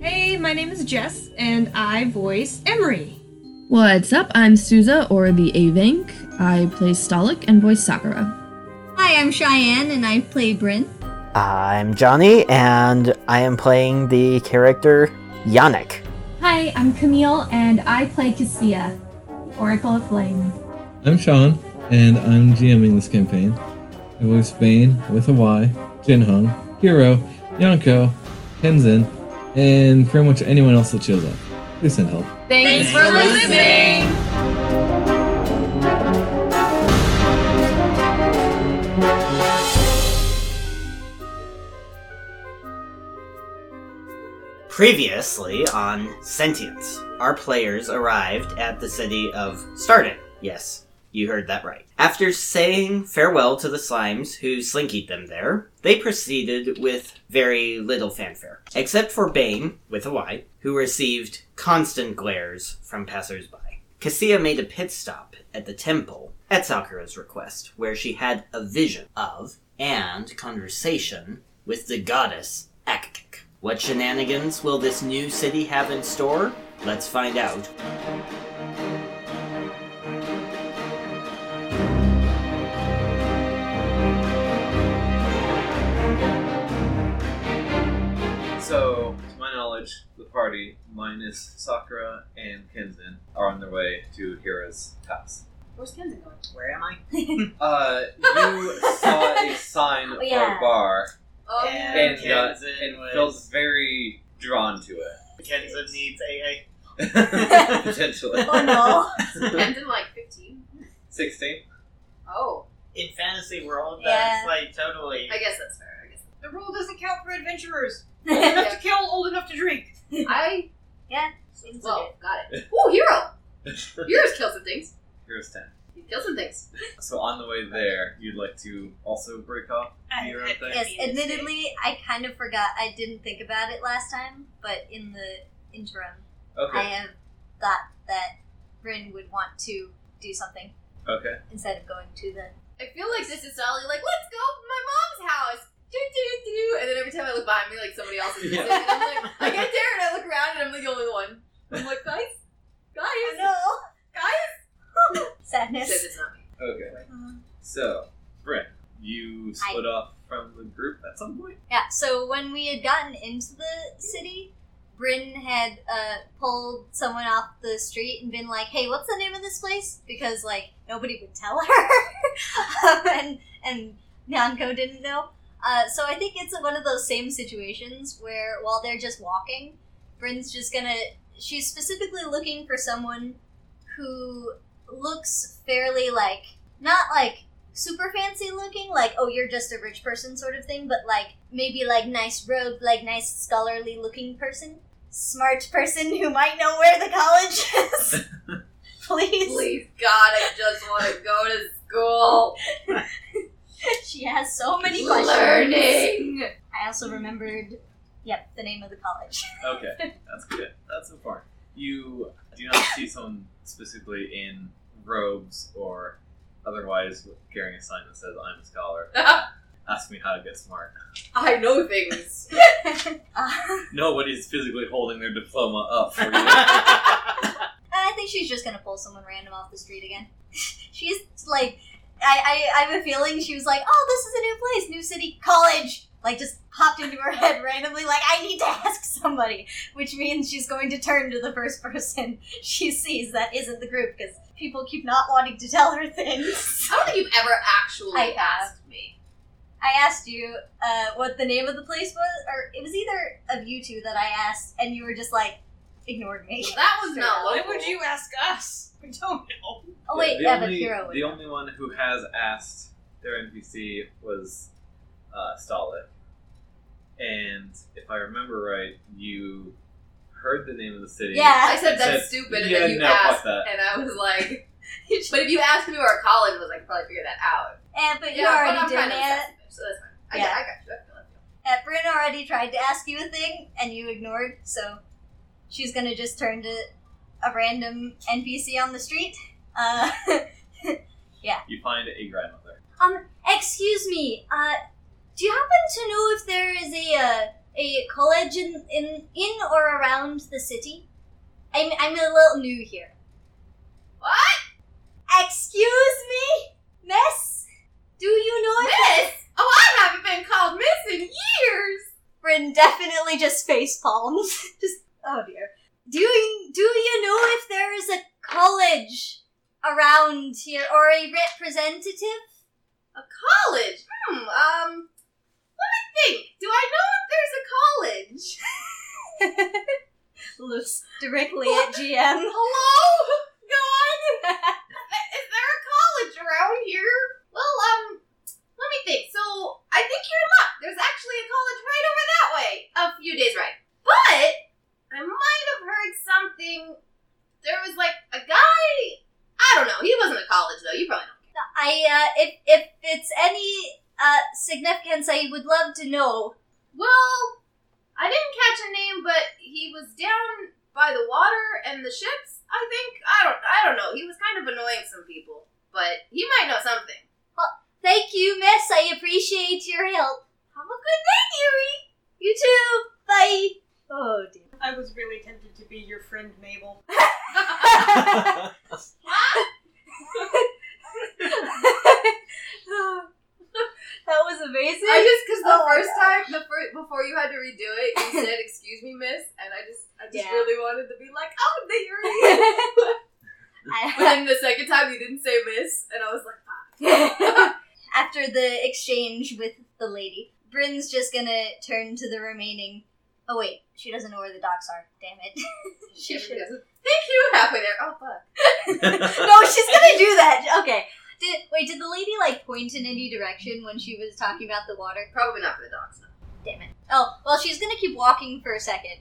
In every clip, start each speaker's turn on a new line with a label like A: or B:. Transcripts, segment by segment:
A: Hey, my name is Jess, and I voice Emery.
B: What's up? I'm Souza, or the Avink. I play Stalik and voice Sakura.
C: Hi, I'm Cheyenne and I play Bryn.
D: I'm Johnny, and I am playing the character Yannick.
E: Hi, I'm Camille, and I play Cassia, Oracle of Flame.
F: I'm Sean, and I'm GMing this campaign. I voice Bane with a Y, Jinhong, Hiro, Yonko, Tenzin, and pretty much anyone else that shows up. Please send help.
A: Thanks, for listening.
D: Previously on Sentience, our players arrived at the city of Starden. Yes, you heard that right. After saying farewell to the slimes who slinkied them there, they proceeded with very little fanfare, except for Bane, with a Y, who received constant glares from passersby. Cassia made a pit stop at the temple at Sakura's request, where she had a vision of and conversation with the goddess Akik. What shenanigans will this new city have in store? Let's find out.
F: So, to my knowledge, the party, minus Sakura and Kenzin, are on their way to Hira's house.
G: Where's Kenzie going? Where am I?
F: Uh, you saw a sign
G: Oh, yeah.
F: for a bar,
G: Oh,
F: and, uh,
H: Kenzin
F: and
H: was-
F: felt very drawn to it.
H: Kenza needs AA.
F: Potentially.
G: oh no. Ends in like 15.
F: 16.
G: Oh,
H: In fantasy world,
C: Yeah.
H: that's like totally.
G: I guess that's fair. I guess.
I: The rule doesn't count for adventurers. Old
G: Yeah.
I: enough to kill, old enough to drink.
G: I.
C: Yeah,
G: Well, got it. Ooh, hero! Heroes kill some things.
F: Here's 10.
G: You kill some things.
F: So, on the way there, you'd like to also break off your own
I: I- I-
F: thing?
I: I-
C: Yes, admittedly, I kind of forgot. I didn't think about it last time, but in the interim, I
F: Okay.
C: have thought that Bryn would want to do something
F: Okay.
C: instead of going to the.
G: I feel like this is solidly like, let's go to my mom's house! Do, do, do, do. And then every time I look behind me, like somebody else is
F: Yeah.
G: sitting, and I'm like, I get there and I look around and I'm the only one. I'm like, guys, guys,
C: No,
G: guys. Except
C: sadness.
G: it's not me.
F: Okay. So, Brent, you split off from the group at some point?
C: Yeah. So when we had gotten into the city, Bryn had uh, pulled someone off the street and been like, "Hey, what's the name of this place?" Because like nobody would tell her, and and Nanko didn't know. Uh, so I think it's one of those same situations where while they're just walking, Bryn's just gonna. She's specifically looking for someone who looks fairly like not like super fancy looking, like oh you're just a rich person sort of thing, but like maybe like nice robe, like nice scholarly looking person, smart person who might know where the college is. Please,
G: Please, God, I just want to go to school.
C: she has so many questions.
G: Learning.
C: I also remembered, yep, the name of the college.
F: Okay, that's good. That's so far. You do not see someone specifically in robes or otherwise carrying a sign that says, I'm a scholar. Ask me how to get smart.
G: I know things.
C: Uh,
F: Nobody's physically holding their diploma up for you.
H: I
C: I think she's just gonna pull someone random off the street again. she's like, I, I, I have a feeling she was like, oh, this is a new place, new city, college. Like, just popped into her head randomly, like, I need to ask somebody. Which means she's going to turn to the first person she sees that isn't the group, because people keep not wanting to tell her things.
G: I don't think you've ever actually
C: I have.
G: asked me.
C: I asked you uh, what the name of the place was, or it was either of you two that I asked, and you were just like, ignored me.
G: That was not
I: Why
G: local.
I: would you ask us? We don't know.
C: Oh, wait,
F: the
C: yeah, but
F: only,
C: Hero would
F: The
C: know.
F: only one who has asked their NPC was uh, Stalik. And if I remember right, you heard the name of the city.
C: Yeah.
G: I said
F: It said-
G: that's stupid, and
F: yeah,
G: then you
F: no, fuck
G: asked,
F: that.
G: and I was like, but if you asked me where college was, I could probably figure that out.
C: Eh, but you
G: Yeah, but
C: already
G: I'm
C: did
G: kind
C: it.
G: of obsessive, so that's fine. I,
C: Yeah.
G: got, I got you. I feel like-
C: Uh, Bryn already tried to ask you a thing and you ignored, so she's gonna just turn to a random NPC on the street. Uh,
F: You find a grandmother.
C: um, excuse me, uh, do you happen to know if there is a, uh, a college in in, in or around the city? I'm I'm a little new here.
G: What?
C: Excuse me, miss. Do you know if
G: Miss? Oh, I haven't been called Miss in years.
C: Bryn definitely just face palms. just oh dear. Do you do you know if there is a college around here or a representative?
G: A college? Hmm. Um. Let me think. Do I know if there's a college?
C: Looks directly at GM.
G: Hello, God. Is there a college around here? Well, um. Let me think. So I think you're in luck. There's actually a college right over that way, a few days right. But I might have heard something. There was like a guy. I don't know. He wasn't a college though. You probably don't.
C: I uh, if if it's any uh significance, I would love to know.
G: Well, I didn't catch a name, but he was down by the water and the ships. I think I don't. I don't know. He was kind of annoying some people, but he might know something.
C: Thank you, Miss. I appreciate your help.
G: Have a good day, dearie.
C: You too. Bye. Oh dear.
J: I was really tempted to be your friend Mabel.
C: that was amazing.
G: I just because the
C: Oh my
G: first time, the first before you had to redo it, you said "Excuse me, miss," and I just, I just
C: Yeah.
G: really wanted to be like, "Oh, dearie." but then the second time, you didn't say "miss," and I was like,
C: After the exchange with the lady, Bryn's just gonna turn to the remaining. Oh wait, she doesn't know where the docks are. Damn it. she
G: "Thank
C: should.
G: you." Halfway there. Oh fuck.
C: No, she's gonna do that. Okay. Did, wait, did the lady like point in any direction when she was talking about the water?
G: Probably not for the dogs. No.
C: Damn it. Oh, well, she's gonna keep walking for a second,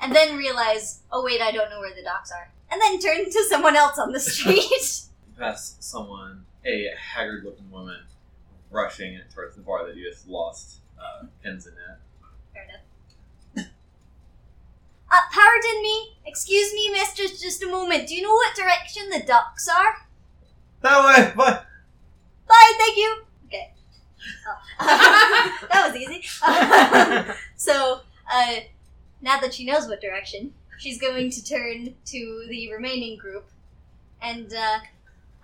C: and then realize, oh wait, I don't know where the docks are, and then turn to someone else on the street.
F: Past someone, a haggard looking woman, rushing towards the bar that you just lost uh, Kenzen at.
C: Fair enough. Uh, pardon me. Excuse me, mister, just a moment. Do you know what direction the ducks are?
K: That way, but
C: Bye, thank you. Okay. Oh. that was easy. so, uh, now that she knows what direction, she's going to turn to the remaining group. And, uh,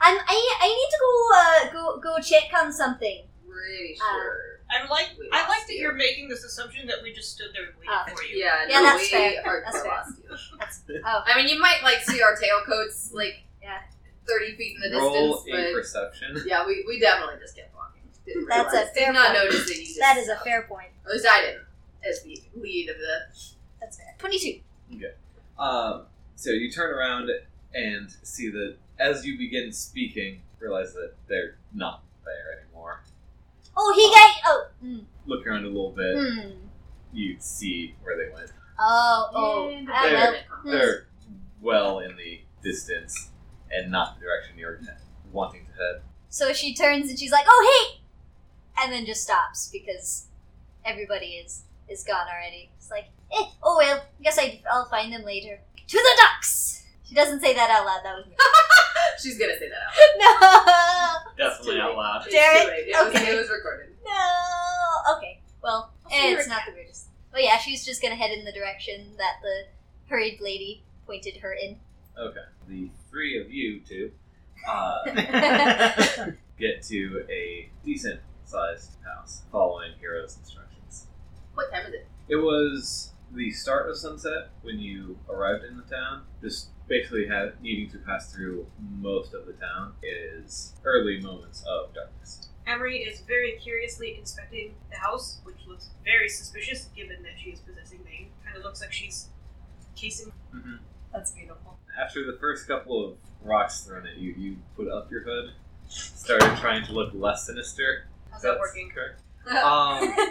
C: I'm, I, I need to go, uh, go, go check on something.
G: Pretty
C: Uh,
G: sure.
J: I'm like,
G: We
J: I like
G: lost
J: that
G: you. Ah,
J: you're making this assumption that we just stood there and waited
C: Oh.
J: for you.
G: yeah,
C: Yeah,
G: no,
C: that's
G: we
C: fair.
G: Are
C: That's fair.
G: lost you.
C: Oh.
G: I mean, you might like see our tailcoats like
C: Yeah.
G: thirty feet in the
F: Roll
G: distance,
F: a
G: but
F: perception.
G: yeah, we, we definitely just kept walking. Didn't
C: That's a
G: realize.
C: fair
G: Did not
C: point.
G: notice that you just.
C: That is a fair point.
G: At least I didn't. As the lead of the.
C: That's fair. 22.
F: Um, so you turn around and see that as you begin speaking, realize that they're not there anymore.
C: Oh, he got, oh, mm,
F: Look around a little bit,
C: hmm.
F: you see where they went.
C: Oh, oh.
G: And
C: Ah,
F: there.
C: well, Hmm.
F: They're well in the distance and not the direction you're wanting to head.
C: So she turns and she's like, "Oh hey," and then just stops because everybody is is gone already. It's like, "Eh, oh well, guess I I'll find them later." To the ducks. She doesn't say that out loud. That was me.
G: She's gonna say that out.
C: no,
K: definitely out loud.
G: It's
C: Derek,
G: too late. It was,
C: okay.
G: it was recorded.
C: no. Okay, well,
G: see you
C: eh, it's not the weirdest. But yeah, she's just gonna head in the direction that the hurried lady pointed her in.
F: Okay. The three of you two uh, get to a decent sized house following Hero's instructions.
G: What time is it?
F: It was the start of sunset when you arrived in the town. Just basically had needing to pass through most of the town is early moments of darkness.
J: Emery is very curiously inspecting the house, which looks very suspicious given that she is possessing Bane. Kind of looks like she's casing. That's beautiful.
F: After the first couple of rocks thrown at you, you put up your hood, started trying to look less sinister.
J: How's
F: That's
J: that working? Uh,
F: Correct.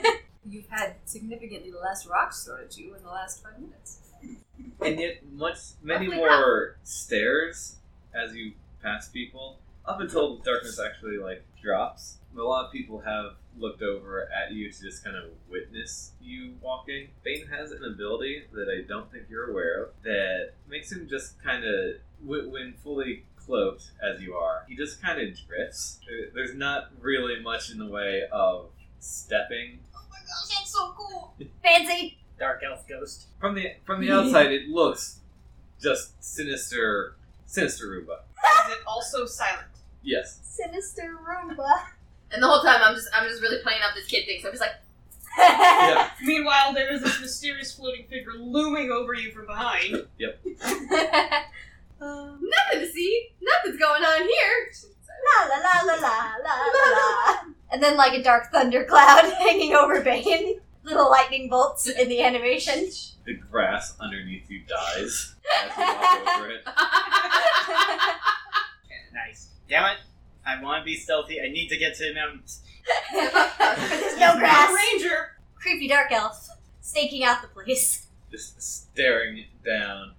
F: Um,
L: You've had significantly less rocks thrown at you in the last five minutes.
F: and yet much many
G: Roughly
F: more stairs as you pass people up until the darkness actually like drops a lot of people have looked over at you to just kind of witness you walking bane has an ability that i don't think you're aware of that makes him just kind of when when fully cloaked as you are he just Uh, kind of drifts There- there's not really much in the way of stepping
C: gosh, that's so cool. Fancy.
H: Dark elf ghost.
F: From the from the outside, it looks just sinister, sinister Ruba.
J: Is it also silent?
F: Yes.
C: Sinister Roomba.
G: And the whole time I'm just I'm just really playing up this kid thing. So I'm just like,
F: Yeah.
J: Meanwhile, there is this mysterious floating figure looming over you from behind.
F: Yep.
C: Um,
G: nothing to see. Nothing's going on here.
C: la la la la la la la. And then like a dark thundercloud hanging over Bane. Little lightning bolts in the animation.
F: The grass underneath you dies as you walk over it.
H: Nice. Damn it. I want to be stealthy. I need to get to the mountains.
C: There's no grass.
J: Ranger.
C: Creepy dark elf staking out the place.
F: Just staring down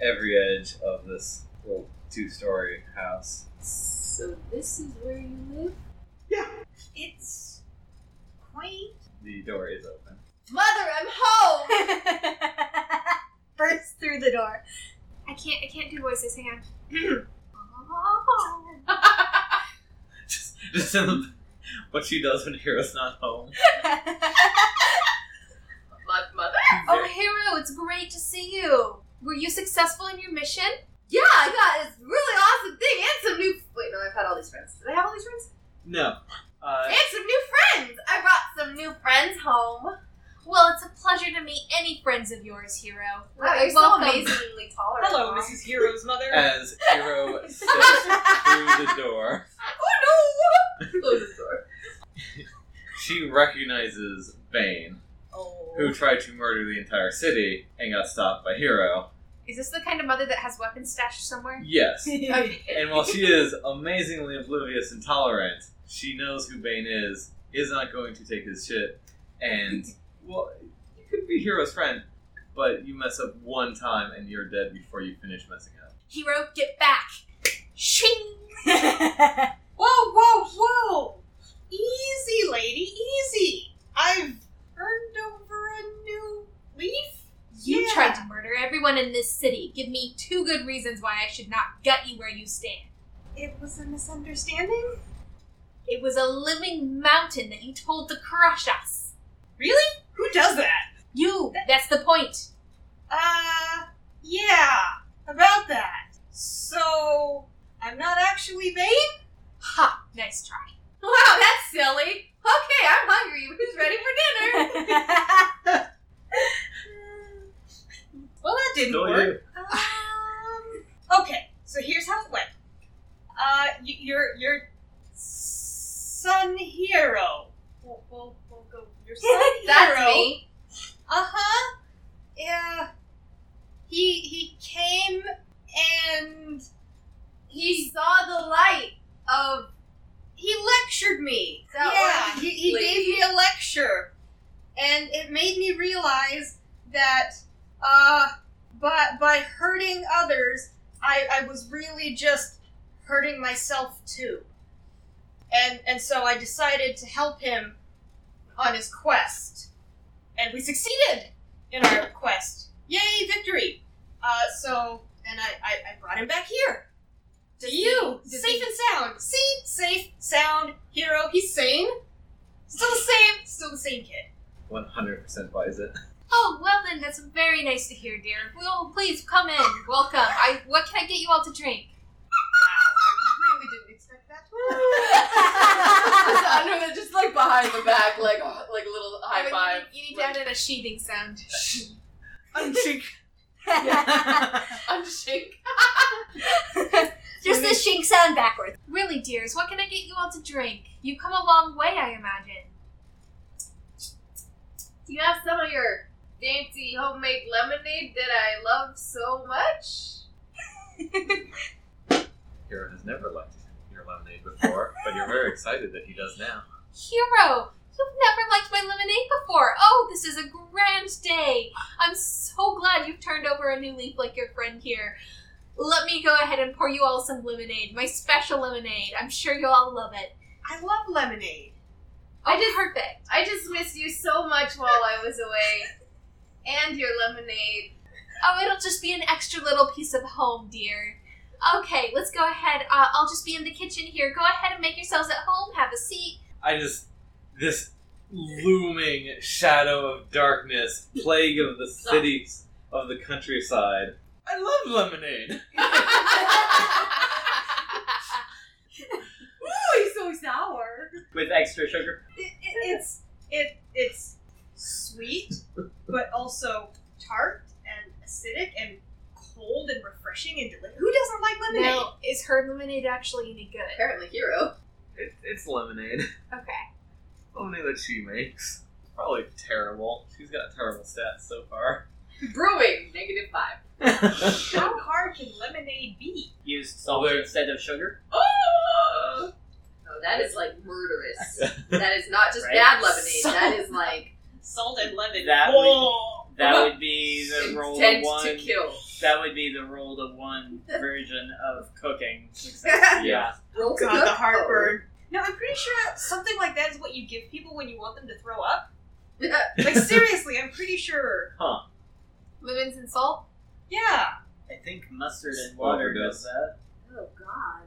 F: every edge of this little two-story house.
M: So this is where you live?
C: It's quaint.
F: The door is open.
G: Mother, I'm home.
C: Burst through the door.
J: I can't. I can't do voices. Hang on.
F: Just, just in the, what she does when Hero's not home.
G: Mo- Mother.
F: Oh,
C: Hero, it's great to see you. Were you successful in your mission?
G: Yeah, I got this really awesome thing and some new. Wait, no, I've had all these friends. Did I have all these friends?
F: No. Uh,
G: And some new friends. I brought some new friends home.
C: Well, it's a pleasure to meet any friends of yours, Hero.
G: Wow, you're so
C: Welcome.
G: amazingly tolerant.
J: Hello,
G: Mom.
J: Mrs. Hero's mother.
F: as Hero steps through the door,
G: Close the door.
F: she recognizes Bane,
G: Oh.
F: who tried to murder the entire city and got stopped by Hero.
E: Is this the kind of mother that has weapons stashed somewhere?
F: Yes.
G: Okay.
F: And while she is amazingly oblivious and tolerant, she knows who Bane is, is not going to take his shit, and, well, you could be Hero's friend, but you mess up one time and you're dead before you finish messing up.
C: Hero, get back. Shing!
J: Whoa, whoa, whoa! Easy, lady, easy. I've turned over a new leaf.
C: You
J: Yeah.
C: tried to murder everyone in this city. Give me two good reasons why I should not gut you where you stand.
J: It was a misunderstanding.
C: It was a living mountain that you told to crush us.
J: Really? Who does that?
C: You! That's the point.
J: Uh, yeah. About that. So I'm not actually vain.
C: Ha! Nice try.
G: Wow, that's silly. Okay, I'm hungry. Who's ready for dinner?
J: Well, that didn't
H: Go
J: work.
H: you.
J: Um, okay, so here's how it went. Uh, y- your your son hero. We'll, we'll, we'll go. Your son
G: That's
J: hero.
G: me.
J: Uh huh. Yeah. He he came and
G: He saw the light of
J: he lectured me.
G: That
J: yeah,
G: orange
J: he, he
G: lady.
J: gave me a lecture, and it made me realize that uh, by by hurting others, I, I was really just hurting myself too. And and so I decided to help him on his quest, and we succeeded in our quest. Yay, victory! Uh, so and I, I I brought him back here. To you,
G: does
J: safe and sound. See, safe, sound, hero. He's sane. Still the same. Still the same kid.
F: 100% buys it.
C: Oh, well then, that's very nice to hear, dear. Well, please come in. Welcome. I. What can I get you all to drink?
J: Wow, I really didn't expect that.
G: Sandra just like behind the back, like like little high five.
E: You need to add in a sheathing sound.
H: Unchink.
G: Unshake.
C: Just the shink sound backwards. Really, dears, what can I get you all to drink? You've come a long way, I imagine.
G: Do you have some of your dainty homemade lemonade that I love so much?
F: Hero has never liked your lemonade before, but you're very excited that he does now.
C: Hero, you've never liked my lemonade before. Oh, this is a grand day. I'm so glad you've turned over a new leaf like your friend here. Let me go ahead and pour you all some lemonade, my special lemonade. I'm sure you all love it.
J: I love lemonade.
C: I did perfect.
G: I just missed you so much while I was away, and your lemonade.
C: Oh, it'll just be an extra little piece of home, dear. Okay, let's go ahead. Uh, I'll just be in the kitchen here. Go ahead and make yourselves at home. Have a seat.
F: I just this looming shadow of darkness, plague of the cities of the countryside. I love lemonade.
J: Ooh, he's so sour.
H: with extra sugar.
J: It, it, it's it it's sweet, but also tart and acidic and cold and refreshing and delicious. Who doesn't like lemonade?
N: Now, is her lemonade actually any good?
G: Apparently, hero.
F: It, it's lemonade.
N: Okay.
F: Only that she makes. Probably terrible. She's got terrible stats so far.
G: Brewing, negative five.
J: How hard can lemonade be?
H: Used salt instead of sugar.
G: Oh! No, that is like murderous. that is not just
H: Right?
G: bad lemonade. That is like
J: Salt and lemon.
H: That
G: Whoa!
H: would, that would be the roll of
G: Intent
H: one.
G: to kill.
H: That would be the roll of one version of cooking. success. yeah.
G: Roll to
J: God, the
G: cook?
J: heartburn. No, I'm pretty sure something like that is what you give people when you want them to throw up.
G: Yeah.
J: Like seriously, I'm pretty sure.
H: Huh.
G: lemons and salt.
J: Yeah,
H: I think mustard and water does
F: Overdose.
H: that.
G: Oh God.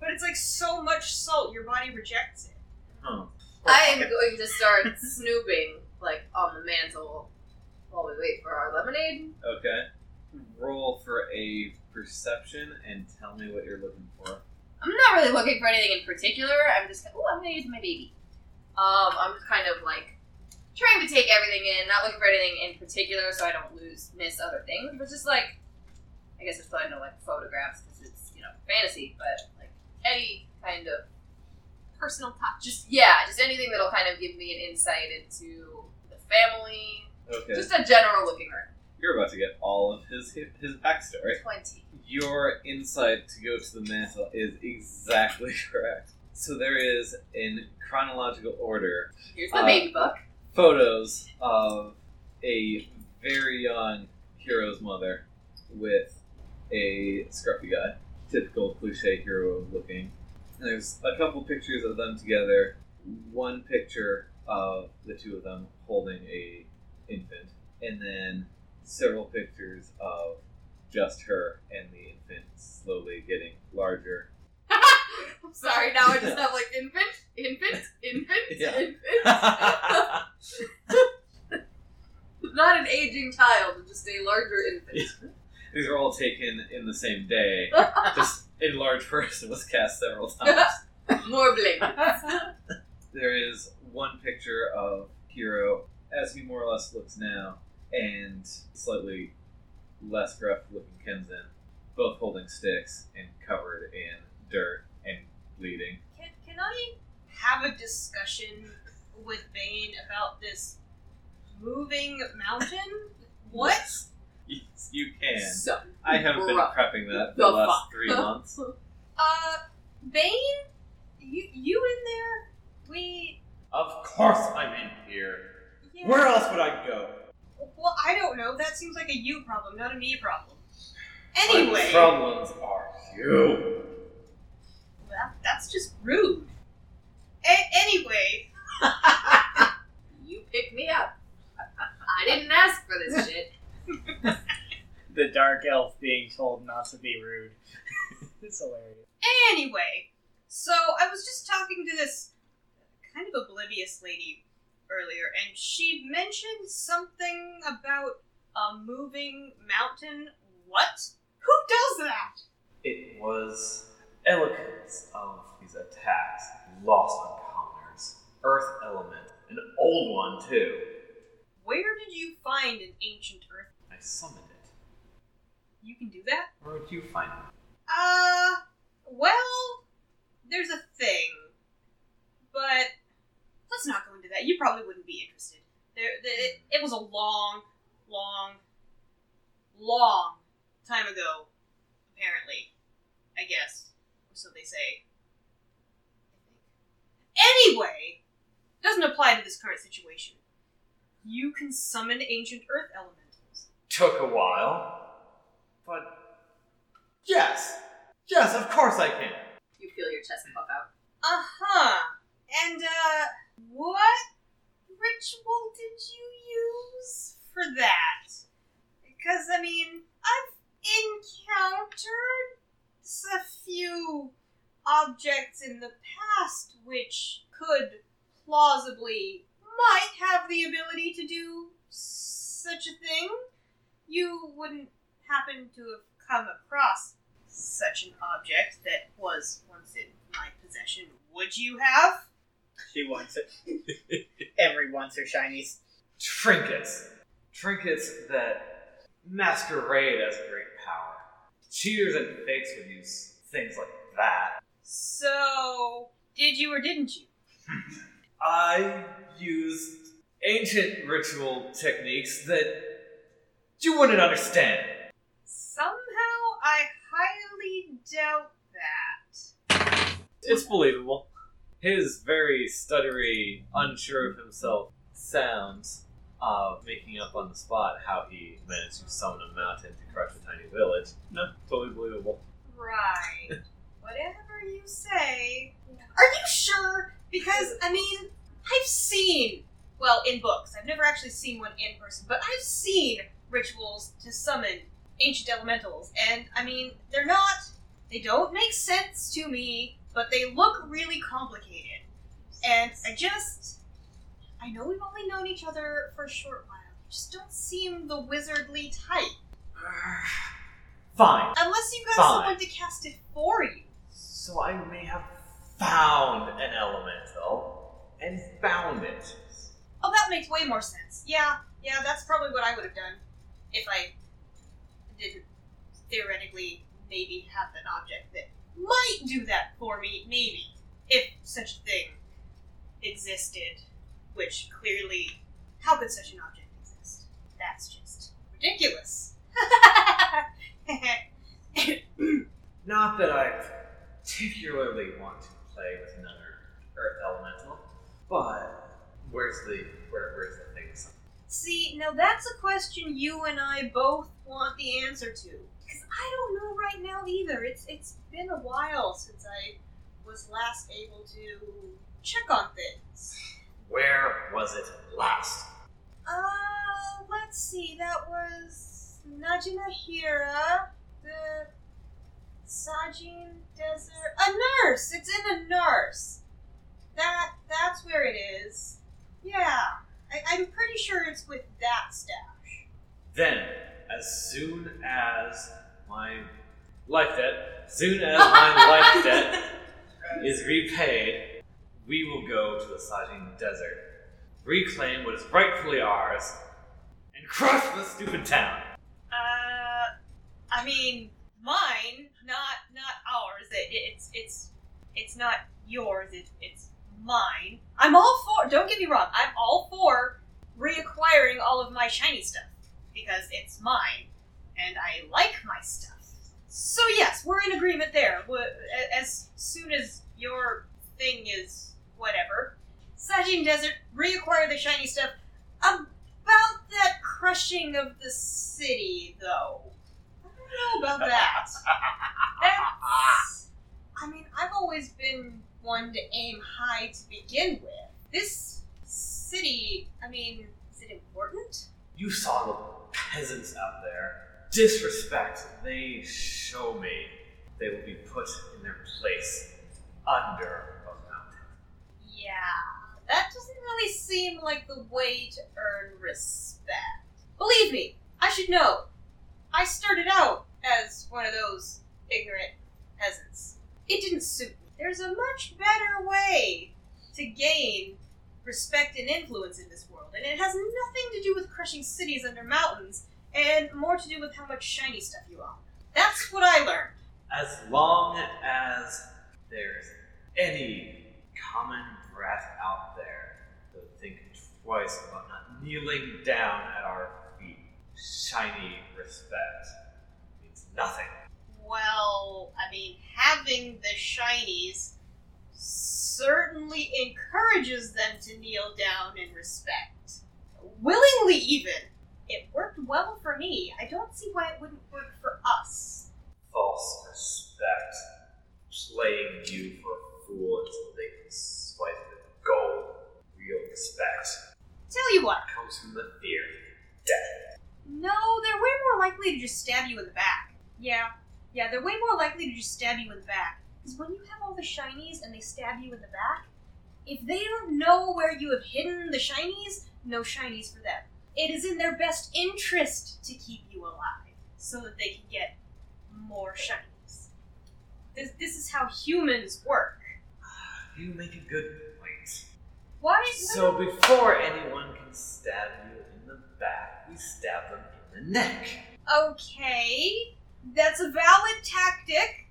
J: but it's like so much salt, your body rejects it.
F: Huh.
G: I am going to start snooping like on the mantle while we wait for our lemonade.
F: Okay. Roll for a perception and tell me what you're looking for.
G: I'm not really looking for anything in particular. I'm just oh, I'm gonna use my baby. Um, I'm just kind of like trying to take everything in, not looking for anything in particular, so I don't lose miss other things. But just like, I guess there's probably no like photographs because it's you know fantasy, but like any kind of
N: Personal touch.
G: just yeah, just anything that'll kind of give me an insight into the family,
F: Okay.
G: just a general looking around.
F: You're about to get all of his his backstory.
G: Twenty.
F: Your insight to go to the mantle is exactly correct. So there is, in chronological order,
G: Here's the
F: Uh,
G: baby book.
F: photos of a very young hero's mother with a scruffy guy, typical cliche hero looking. And there's a couple pictures of them together. One picture of the two of them holding a infant, and then several pictures of just her and the infant slowly getting larger.
G: I'm sorry, now I just have like infant, infant, infant,
F: Yeah.
G: infant. Not an aging child, just a larger infant.
F: These are all taken in the same day. Just a large person was cast several times.
G: More blink.
F: there is one picture of Hiro as he more or less looks now, and slightly less rough looking Kenzen, both holding sticks and covered in dirt and bleeding.
J: Can, can I have a discussion with Bane about this moving mountain? What?
F: Yes, you can.
G: So,
F: I have been
G: bruh.
F: prepping that for
G: The
F: the last
G: fuck?
F: three months.
J: Uh, Bane, you you in there? We
F: Of course I'm in here.
J: yeah.
F: Where else would I go?
J: Well, I don't know. That seems like a you problem, not a me problem. Anyway,
F: My problems are you.
J: that, that's just rude. A- anyway,
G: You picked me up. I didn't ask for this shit.
H: The dark elf being told not to be rude. it's hilarious.
J: Anyway, so I was just talking to this kind of oblivious lady earlier, and she mentioned something about a moving mountain. What? Who does that?
F: It was eloquence of these attacks, lost on commoners, earth element, an old one too.
J: Where did you find an ancient earth?
F: I summoned it.
J: You can do that?
F: Where would you find it?
J: Uh, well, there's a thing, but let's not go into that. You probably wouldn't be interested. There, the, it, it was a long, long, long time ago, apparently. I guess, or so they say. Anyway, doesn't apply to this current situation. You can summon ancient earth elementals.
F: Took a while, but yes, yes, of course I can.
G: You feel your chest pop out.
J: Uh huh. And, uh, what ritual did you use for that? Because, I mean, I've encountered s- a few objects in the past which could plausibly might have the ability to do such a thing. You wouldn't happen to have come across such an object that was once in my possession, would you have?
H: She wants it. Every wants her shinies.
F: Trinkets. Trinkets that masquerade as great power. Cheaters and fakes would use things like that.
J: So, did you or didn't you?
F: I used ancient ritual techniques that you wouldn't understand.
J: Somehow I highly doubt that.
F: It's believable. His very stuttery, unsure of himself sounds of making up on the spot how he managed to summon a mountain to crush a tiny village. No, totally believable.
J: Right. Whatever you say. Are you sure? Because, I mean, I've seen, well, in books, I've never actually seen one in person, but I've seen rituals to summon ancient elementals, and, I mean, they're not, they don't make sense to me, but they look really complicated. And I just, I know we've only known each other for a short while, you just don't seem the wizardly type.
F: Fine.
J: Unless you got
F: Fine.
J: someone to cast it for you.
F: So I may have found an elemental and bound it.
J: Oh, that makes way more sense. Yeah, yeah, that's probably what I would have done if I didn't theoretically maybe have an object that might do that for me, maybe, if such a thing existed. Which clearly, how could such an object exist? That's just ridiculous.
F: Not that I particularly want to play with another earth elemental, but where's the where, where's the thing?
J: See, now that's a question you and I both want the answer to. Because I don't know right now either. It's it's been a while since I was last able to check on things.
F: Where was it last?
J: Uh, let's see. That was Najinahira, the Sajin Desert. A nurse. It's in a nurse. That that's where it is. Yeah, I, I'm pretty sure it's with that stash.
F: Then, as soon as my life debt, soon as my life debt is repaid, we will go to the Sajin Desert, reclaim what is rightfully ours, and crush this stupid town.
J: Uh, I mean, mine, not not ours. It, it's it's it's not yours. It, it's mine. I'm all for. Don't get me wrong. I'm all for reacquiring all of my shiny stuff because it's mine, and I like my stuff. So yes, we're in agreement there. Wha- a- As soon as your thing is whatever, Sajin Desert reacquire the shiny stuff. Um, about that crushing of the city, though. I don't know about that. That's, I mean, I've always been one to aim high to begin with. This city, I mean, is it important?
F: You saw the peasants out there. Disrespect they show me, they will be put in their place under a mountain.
J: Yeah, that doesn't really seem like the way to earn respect. Believe me, I should know. I started out as one of those ignorant peasants. It didn't suit me. There's a much better way to gain respect and influence in this world, and it has nothing to do with crushing cities under mountains, and more to do with how much shiny stuff you own. That's what I learned.
F: As long as there's any common breath out there, so think twice about not kneeling down at our feet. Shiny respect means nothing.
J: Well, I mean, having the shinies certainly encourages them to kneel down in respect. Willingly, even. It worked well for me. I don't see why it wouldn't work for us.
F: False respect, playing you for a fool until they can swipe the gold. Real respect
J: Tell you what,
F: comes from the fear of death.
J: no, they're way more likely to just stab you in the back. Yeah, yeah, they're way more likely to just stab you in the back. Because when you have all the shinies and they stab you in the back,
A: If they don't know where you have hidden the shinies, no shinies for them. It is in their best interest to keep you alive so that they can get more shinies. This, this is how humans work.
F: You make a good point.
A: Why?
F: So before anyone can stab you in the back, we stab them in the neck.
A: Okay, that's a valid tactic,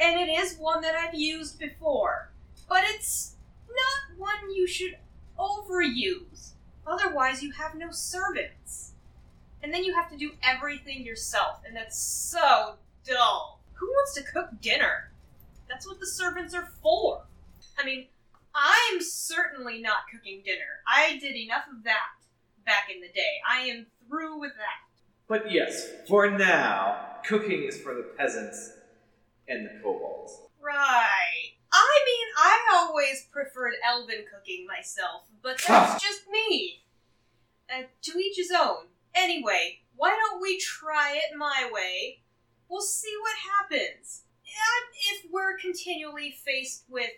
A: and it is one that I've used before. But it's not one you should overuse. Otherwise, you have no servants. And then you have to do everything yourself, and that's so dull. Who wants to cook dinner? That's what the servants are for. I mean, I'm certainly not cooking dinner. I did enough of that back in the day. I am through with that.
F: But yes, for now, cooking is for the peasants and the kobolds.
A: Right. I mean, I always preferred elven cooking myself, but that's just me. Uh, to each his own. Anyway, why don't we try it my way? We'll see what happens. And if we're continually faced with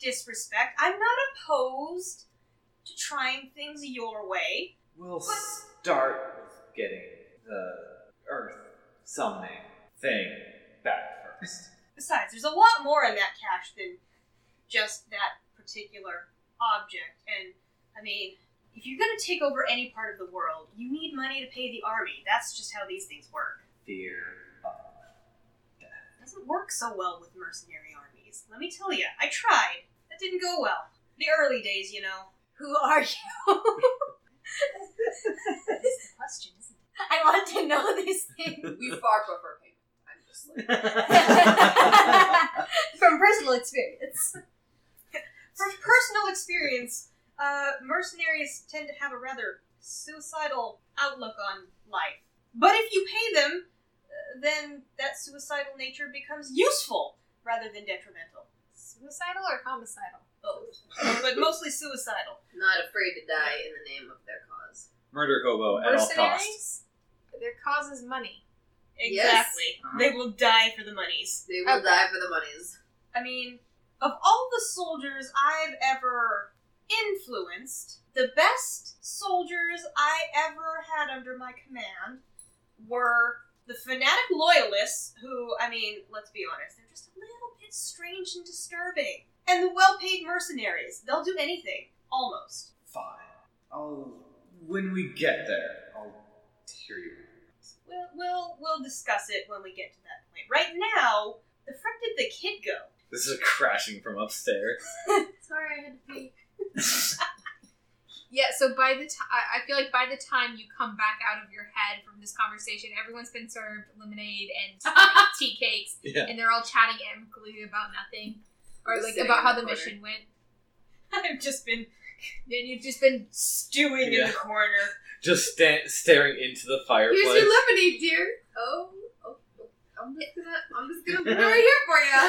A: disrespect, I'm not opposed to trying things your way.
F: We'll start with getting the earth summoning thing back first.
A: Besides, there's a lot more in that cache than just that particular object. And, I mean, if you're going to take over any part of the world, you need money to pay the army. That's just how these things work.
F: Fear of
A: It doesn't work so well with mercenary armies. Let me tell you, I tried. That didn't go well. The early days, you know. Who are you?
O: That's the question, isn't it? I want to know these things.
G: We far prefer paper. I'm just like,
O: From personal experience.
A: From personal experience, uh, mercenaries tend to have a rather suicidal outlook on life. But if you pay them, uh, then that suicidal nature becomes useful rather than detrimental.
J: Suicidal or homicidal?
A: Both. but mostly suicidal.
G: not afraid to die in the name of their cause.
F: murder hobo at all costs.
J: Their cause is money.
A: Exactly.
G: Yes.
A: They will die for the monies.
G: They will
J: Okay.
G: die for the monies.
A: I mean, of all the soldiers I've ever influenced, the best soldiers I ever had under my command were the fanatic loyalists, who, I mean, let's be honest, they're just a little bit strange and disturbing. And the well paid mercenaries, they'll do anything, almost.
F: Fine. I'll when we get there, I'll hear you.
A: We'll, we'll, we'll discuss it when we get to that point. Right now, the frick did the kid go?
F: This is crashing from upstairs.
J: Sorry, I had to pee. yeah, so by the time I I feel like by the time you come back out of your head from this conversation, everyone's been served lemonade and tea cakes,
F: Yeah.
J: and they're all chatting amicably about nothing, or
G: Just
J: like
G: sitting
J: about
G: in
J: how
G: the
J: the
G: corner.
J: mission went.
A: I've just been
J: Then you've just been
A: stewing in
F: Yeah.
A: the corner.
F: Just sta- staring into the fireplace.
J: lemonade, dear.
G: Oh, oh, oh, I'm just gonna, I'm just gonna put it right here for you.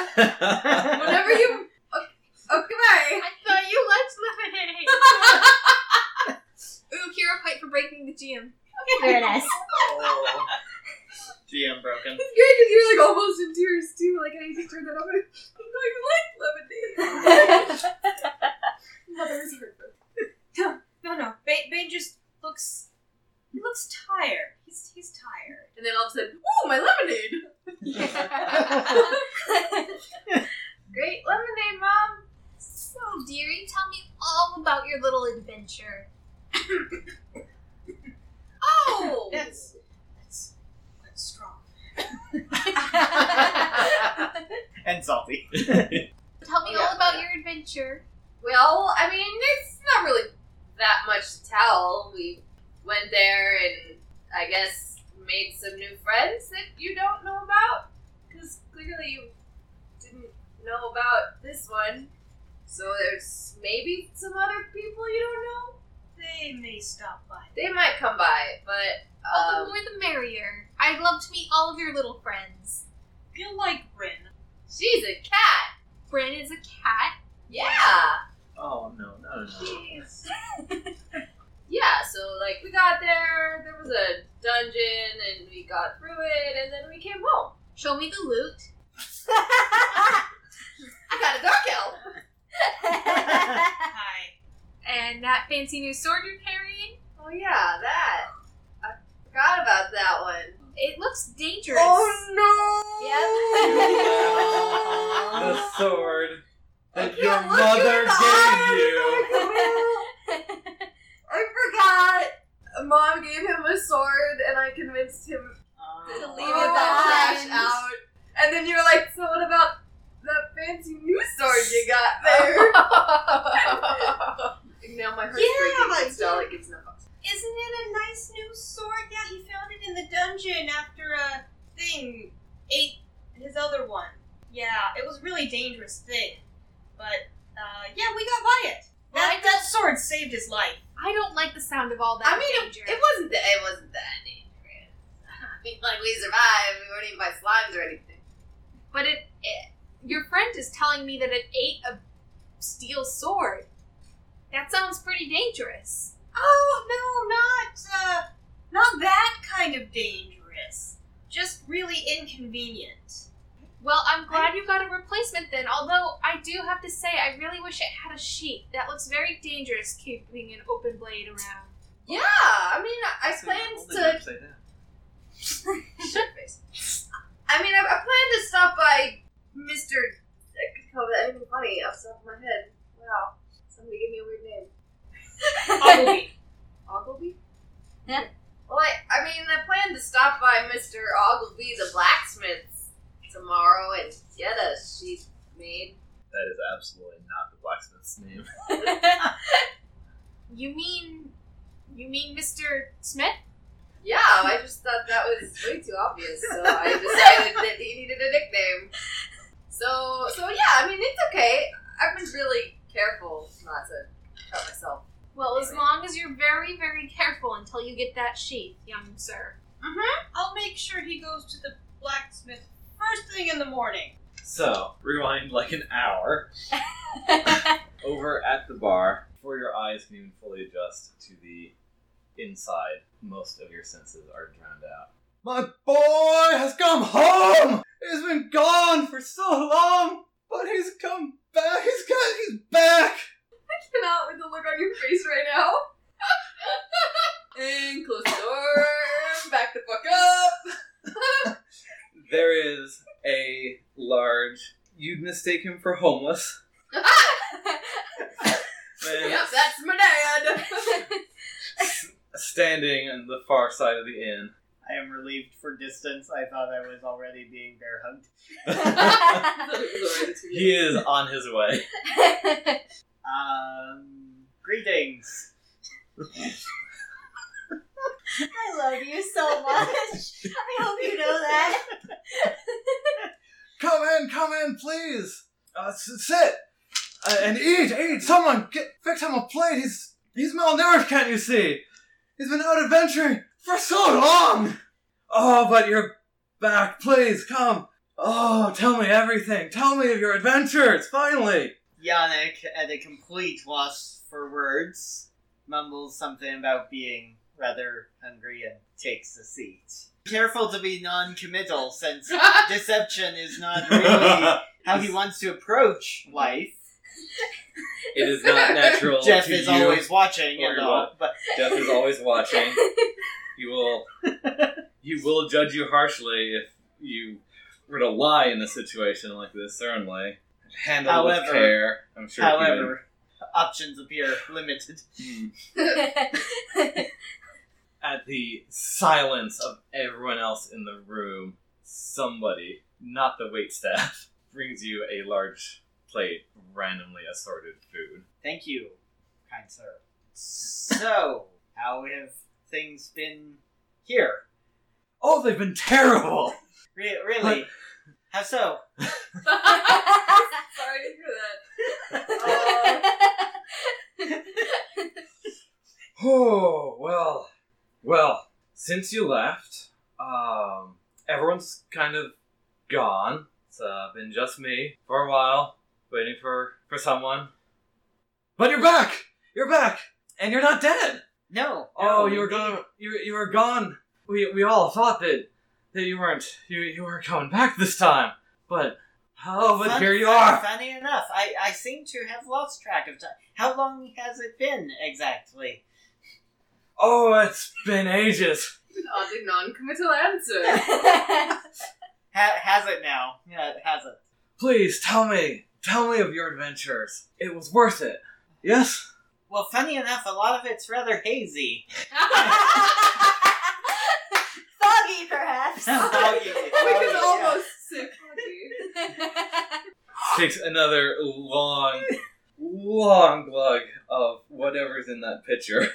G: Whenever you, okay,
J: I thought you liked lemonade. Ooh, Kira fight for breaking the GM.
C: Very nice.
P: Oh. GM broken.
G: it's great because you're like almost in tears too. Like I just turned that off. and I don't even like lemonade. Mother's hurt.
A: No, no. Bane, Bane just looks. He looks tired. He's he's tired.
G: And then all of a sudden, ooh, my lemonade.
J: Great lemonade, Mom. So, dearie, tell me all about your little adventure.
G: Oh,
A: That's that's that's strong.
P: and salty.
J: Tell me
G: Oh, yeah.
J: all about your adventure.
G: Well, I mean, it's not really that much to tell. We went there and I guess made some new friends that you don't know about because clearly you didn't know about this one. So there's maybe some other people you don't know.
A: They may stop by.
G: They might come by, but
J: Oh, the
G: um,
J: more the merrier. I'd love to meet all of your little friends.
A: You'll like Rin.
G: she's a cat.
J: Brynn is a cat.
G: Yeah,
F: Oh no, no, no.
A: Jeez.
G: yeah. So like we got there, there was a dungeon, and we got through it, and then we came home.
J: Show me the loot.
G: I got a dark elf.
C: And that fancy new sword you're carrying?
G: Oh yeah, that. I forgot about that one.
C: It looks dangerous.
G: Oh no!
F: The sword that
G: Yeah,
F: your
G: look
F: mother
G: in the
F: gave you.
G: I forgot. Mom gave him a sword, and I convinced him to leave it that
Q: Oh.
G: trash out. And then you were like, "So what about that fancy new sword you got there?" And now my heart's
R: Yeah,
G: breaking.
R: but-
G: It's all it gives no fucks.
R: Isn't it a nice new sword? Yeah, he found it in the dungeon after a thing ate his other one. Yeah, it was a really dangerous thing. But, uh, yeah, we got by it. That, that sword saved his life.
C: I don't like the sound of all that
Q: I mean, it,
C: danger.
Q: it wasn't that. It wasn't that dangerous. I mean, like we survived. We weren't eaten by slimes or anything.
C: but it, it, your friend is telling me that it ate a steel sword. That sounds pretty dangerous.
R: Oh, no, not, uh, not that kind of dangerous. Just really inconvenient.
C: Well, I'm glad you got a replacement then, although I do have to say I really wish it had a sheath. That looks very dangerous keeping an open blade around.
Q: Yeah, I mean, I, I planned to
G: Shit face.
Q: I mean, I, I plan to stop by Mr.
G: I could call that anything funny off the top of my head. Wow. Somebody give me a weird name.
R: Ogilvy.
G: Ogilvy?
Q: Well, I, I mean, I plan to stop by Mr. Ogilvy the blacksmith's tomorrow and get a sheath made.
F: That is absolutely not the blacksmith's name.
C: You mean you mean Mr. Smith?
Q: Yeah, I just thought that was way too obvious, so I decided that he needed a nickname.
G: So, so yeah, I mean, it's okay. I've been really careful not to cut myself.
C: Well, as long as you're very, very careful until you get that sheath, young sir.
R: Mm-hmm. I'll make sure he goes to the blacksmith first thing in the morning.
F: So, rewind like an hour. Over at the bar, before your eyes can even fully adjust to the inside, most of your senses are drowned out.
S: My boy has come home! He's been gone for so long, but he's come back. He's got, he's back!
G: I cannot with the look on your face right now. and close the door. Back the fuck up.
F: There is a large. You'd mistake him for homeless. man
Q: Yep, that's my dad.
F: standing on the far side of the inn.
J: I am relieved for distance. I thought I was already being bear hugged.
F: He is on his way.
J: Um, greetings.
T: I love you so much. I hope you know that.
S: Come in, come in, please! Uh, s- sit! Uh, and eat, eat! Someone, get, fix him a plate! He's, he's malnourished, can't you see? He's been out adventuring for so long! Oh, but you're back, please, come! Oh, tell me everything! Tell me of your adventures, finally!
J: Yannick, at a complete loss for words, mumbles something about being rather hungry and takes a seat. Careful to be non committal since deception is not really how he wants to approach life.
F: It is not natural.
J: Jeff
F: to
J: is
F: you
J: always watching
F: or
J: and
F: your
J: all,
F: wa-
J: but
F: Jeff is always watching. He will. He will judge you harshly if you were to lie in a situation like this. Certainly, handle with
J: However-
F: care. I'm sure. he would. Hmm.
J: however, options appear limited.
F: at the silence of everyone else in the room, somebody, not the wait staff, brings you a large plate of randomly assorted food.
J: Thank you, kind sir. So, how have things been here?
S: Oh, they've been terrible!
J: Re- really? How so?
G: Sorry to hear that.
F: Oh, well, well, since you left, um, everyone's kind of gone. It's uh, been just me for a while, waiting for, for someone.
S: But you're back! You're back! And you're not dead!
J: No.
S: Oh, you were gone. You, you were gone. We, we all thought that that you weren't you, you weren't coming back this time. But
U: Oh, but
J: Fun-
U: here you are.
J: Funny enough, I, I seem to have lost track of time. How long has it been exactly?
F: Oh, it's been ages.
G: Oddly non-committal answer.
J: Ha- has it now? Yeah, it has it.
F: Please tell me. Tell me of your adventures. It was worth it. Yes?
J: Well, funny enough, a lot of it's rather hazy.
D: Foggy, perhaps.
J: Foggy.
G: Which is almost sick.
U: Takes another long, long glug of whatever's in that pitcher.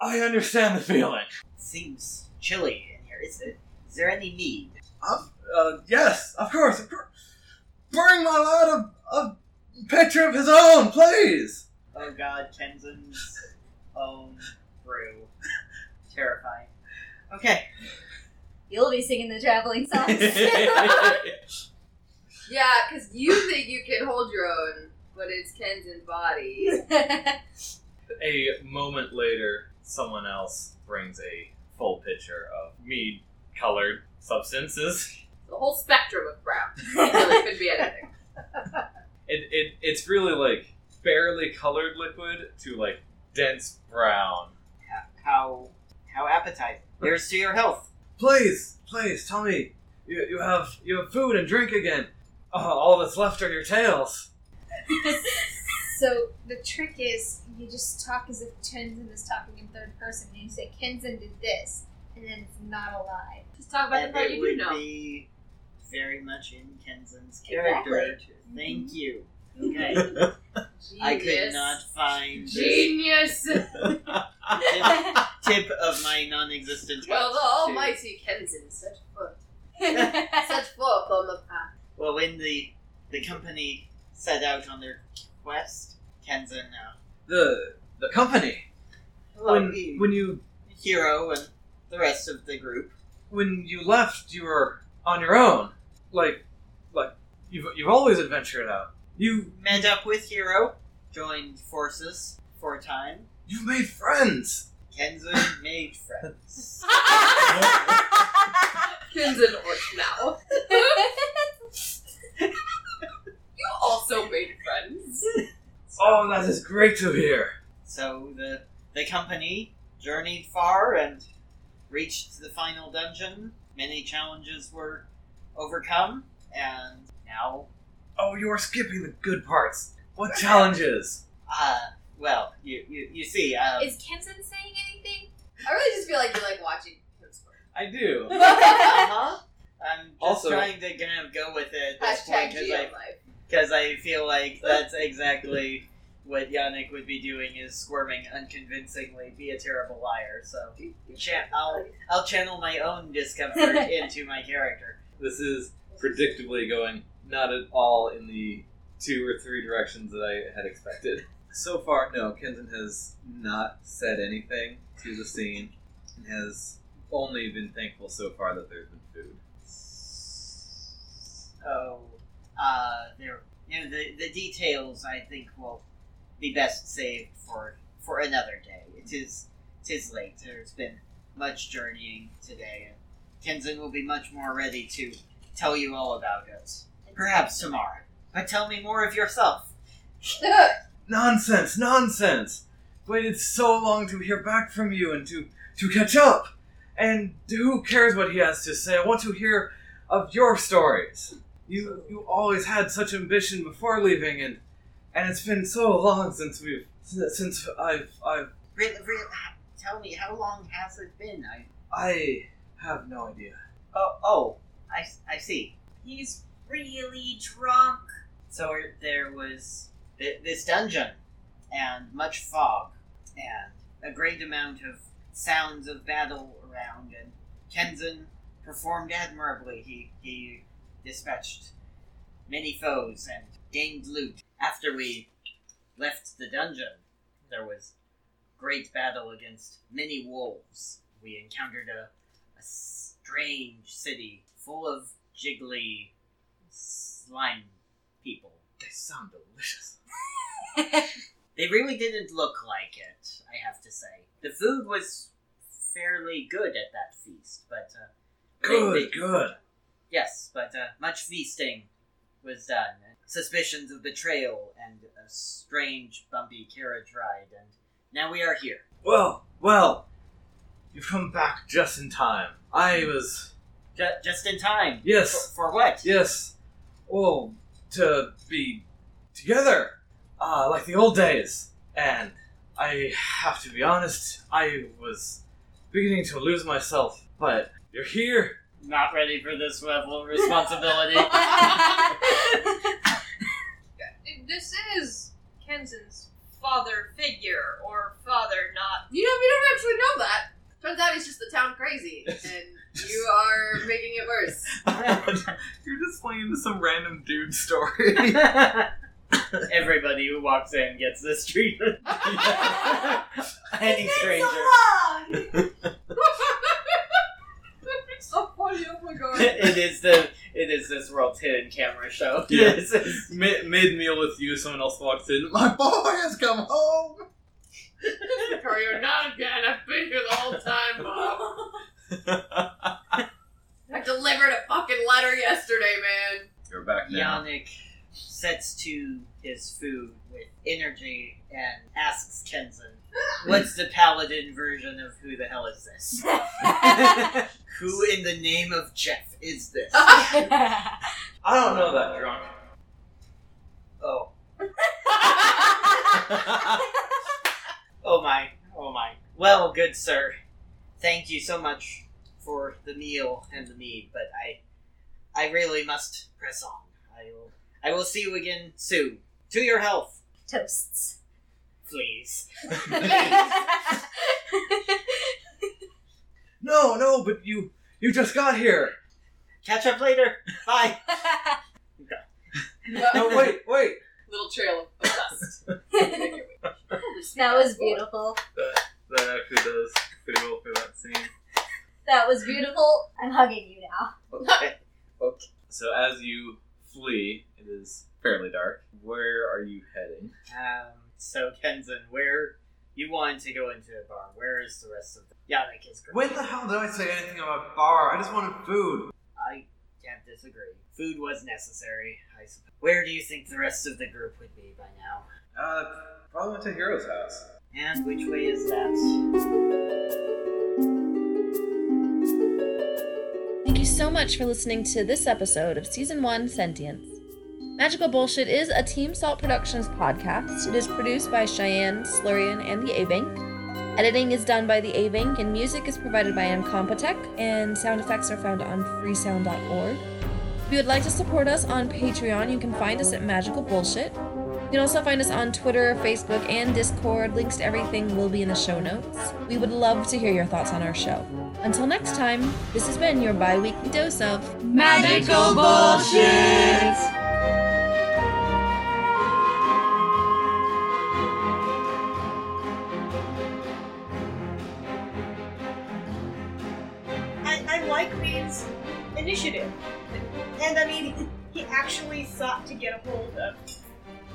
F: I understand the feeling.
J: Seems chilly in here. Is it? Is there any need?
F: Of, uh, yes, of course, of course. Bring my lad a, a picture of his own, please.
J: Oh God, Kenzen's own brew. Terrifying. Okay.
D: You'll be singing the traveling songs.
G: Yeah, because you think you can hold your own, but it's Ken's body.
U: A moment later, someone else brings a full pitcher of mead colored substances.
G: The whole spectrum of brown. really could be anything.
U: It, it, it's really like barely colored liquid to like dense brown.
J: How how appetizing. Here's to your health.
F: Please, please tell me you, you have you have food and drink again. Oh, all that's left are your tails.
A: So the trick is you just talk as if Tenzin is talking in third person, and you say Kenzin did this, and then it's not a lie.
G: Just talk
J: and it would be very much in Kenzen's character.
A: Exactly.
J: to- Thank you. Okay. I could
G: Genius.
J: not find this
G: Genius!
J: tip of my non-existent.
G: well, the
J: touch to-
G: almighty Kenzen set forth. set forth on the path.
J: Well, when the the company set out on their quest, Kenzen, uh,
F: The the company. When
J: Lucky.
F: when you
J: oh, hero, and the rest of the group.
F: when you left, you were on your own. Like like you've you've always adventured out. You
J: met up with Hero, joined forces for a time.
F: You've made friends.
J: Kenzen made friends.
G: Kenzen Orch now. you also made friends.
F: Oh, that is great to hear.
J: So the the company journeyed far and reached the final dungeon. Many challenges were overcome, and now
F: Oh, you are skipping the good parts. What challenges?
J: uh well, you you, you see, um,
C: Is Kenson saying anything?
G: I really just feel like you like watching him squirt.
U: I do.
J: uh-huh. I'm just
U: Also-
J: trying to kind of go with it at this
G: Hashtag
J: point
G: G
J: because
G: on life.
J: I feel like that's exactly what Yannick would be doing is squirming unconvincingly, be a terrible liar. So cha- I'll I'll channel my own discomfort into my character.
U: This is predictably going not at all in the two or three directions that I had expected. So far, no, Kenton has not said anything to the scene and has only been thankful so far that there's been food.
J: So uh, there, you know, the the details I think will be best saved for for another day. It is tis late. There's been much journeying today, and Kenzen will be much more ready to tell you all about it. Perhaps tomorrow. But tell me more of yourself.
F: Nonsense, nonsense. Waited so long to hear back from you and to to catch up. And who cares what he has to say? I want to hear of your stories. You you always had such ambition before leaving, and and it's been so long since we've since I've I've
J: Really, really, tell me how long has it been? I
F: I have no idea.
J: oh oh I I see.
A: He's really drunk.
J: So er- there was th- this dungeon, and much fog, and a great amount of sounds of battle around, and Kenzen performed admirably. He, he dispatched many foes and gained loot. After we left the dungeon, there was great battle against many wolves. We encountered a, a strange city full of jiggly slime people.
F: They sound delicious.
J: They really didn't look like it, I have to say. The food was fairly good at that feast, but. Uh, they-
F: Good,
J: they-
F: good.
J: Yes, but uh, much feasting was done. Suspicions of betrayal and a strange, bumpy carriage ride, and now we are here.
F: Well, well, you've come back just in time. I was.
J: Just, just in time.
F: Yes.
J: For, for what?
F: Yes. Well, to be together, uh, like the old days. And I have to be honest, I was beginning to lose myself, but you're here.
J: Not ready for this level of responsibility.
V: This is Kenzen's father figure or father, not.
G: You know, we don't actually know that. Turns out he's just the town crazy, and you are making it worse.
F: You're just playing into some random dude story.
J: Everybody who walks in gets this treatment. Any stranger.
G: so funny, oh my god.
J: it is the it is this world's hidden camera show.
F: Yes. Mid meal with you, someone else walks in. My boy has come home.
G: Or you're not again. I've been here the whole time, Mom. I delivered a fucking letter yesterday, man.
F: You're back now.
J: Yannick sets to his food with energy and asks Kenzen, "What's the paladin version of who the hell is this? who in the name of Jeff is this?"
F: I don't know that drunk.
J: Oh. oh my, oh my. Well, good sir, thank you so much for the meal and the mead, but I, I really must press on. I will, I will see you again soon. To your health,
C: Toasts.
J: please.
W: No, no, but you you just got here.
J: Catch up later. Bye.
W: No, wait, wait.
G: Little trail of dust.
C: That was beautiful.
F: That, that actually does pretty well for that scene.
C: That was beautiful. I'm hugging you now.
J: Okay.
F: So as you flee, it is fairly dark. Where are you heading?
J: Um, so Kenzen, where you wanted to go into a bar? Where is the rest of the Yannick is
W: When the hell did I say anything about a bar? I just wanted food.
J: I can't disagree. Food was necessary, I suppose. Where do you think the rest of the group would be by now?
F: Uh, probably went to Hero's house.
J: And which way is that?
B: Thank you so much for listening to this episode of Season 1 Sentience. Magical Bullshit is a Team Salt Productions podcast. It is produced by Cheyenne, Slurian, and the A-Bank. Editing is done by the A-Bank, and music is provided by Incompetech, and sound effects are found on freesound.org. If you would like to support us on Patreon, you can find us at Magical Bullshit. You can also find us on Twitter, Facebook, and Discord. Links to everything will be in the show notes. We would love to hear your thoughts on our show. Until next time, this has been your bi weekly dose of
X: Magical Bullshit!
A: I, I like Reed's initiative. And I mean, he actually sought to get a hold of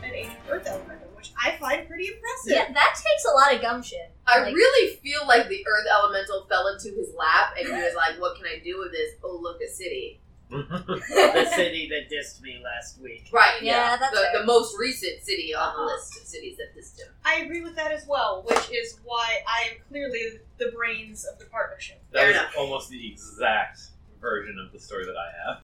A: an ancient earth elemental, which I find pretty impressive.
C: Yeah, that takes a lot of gumption.
G: I
C: Like-
G: really feel like the Earth Elemental fell into his lap, and he was like, "What can I do with this? Oh, look, a city."
J: the city that dissed me last week.
G: Right.
A: Yeah, that's
G: the,
A: fair.
G: the most recent city on the list of cities that this him.
A: I agree with that as well, which is why I am clearly the brains of the partnership.
F: That was almost the exact version of the story that I have.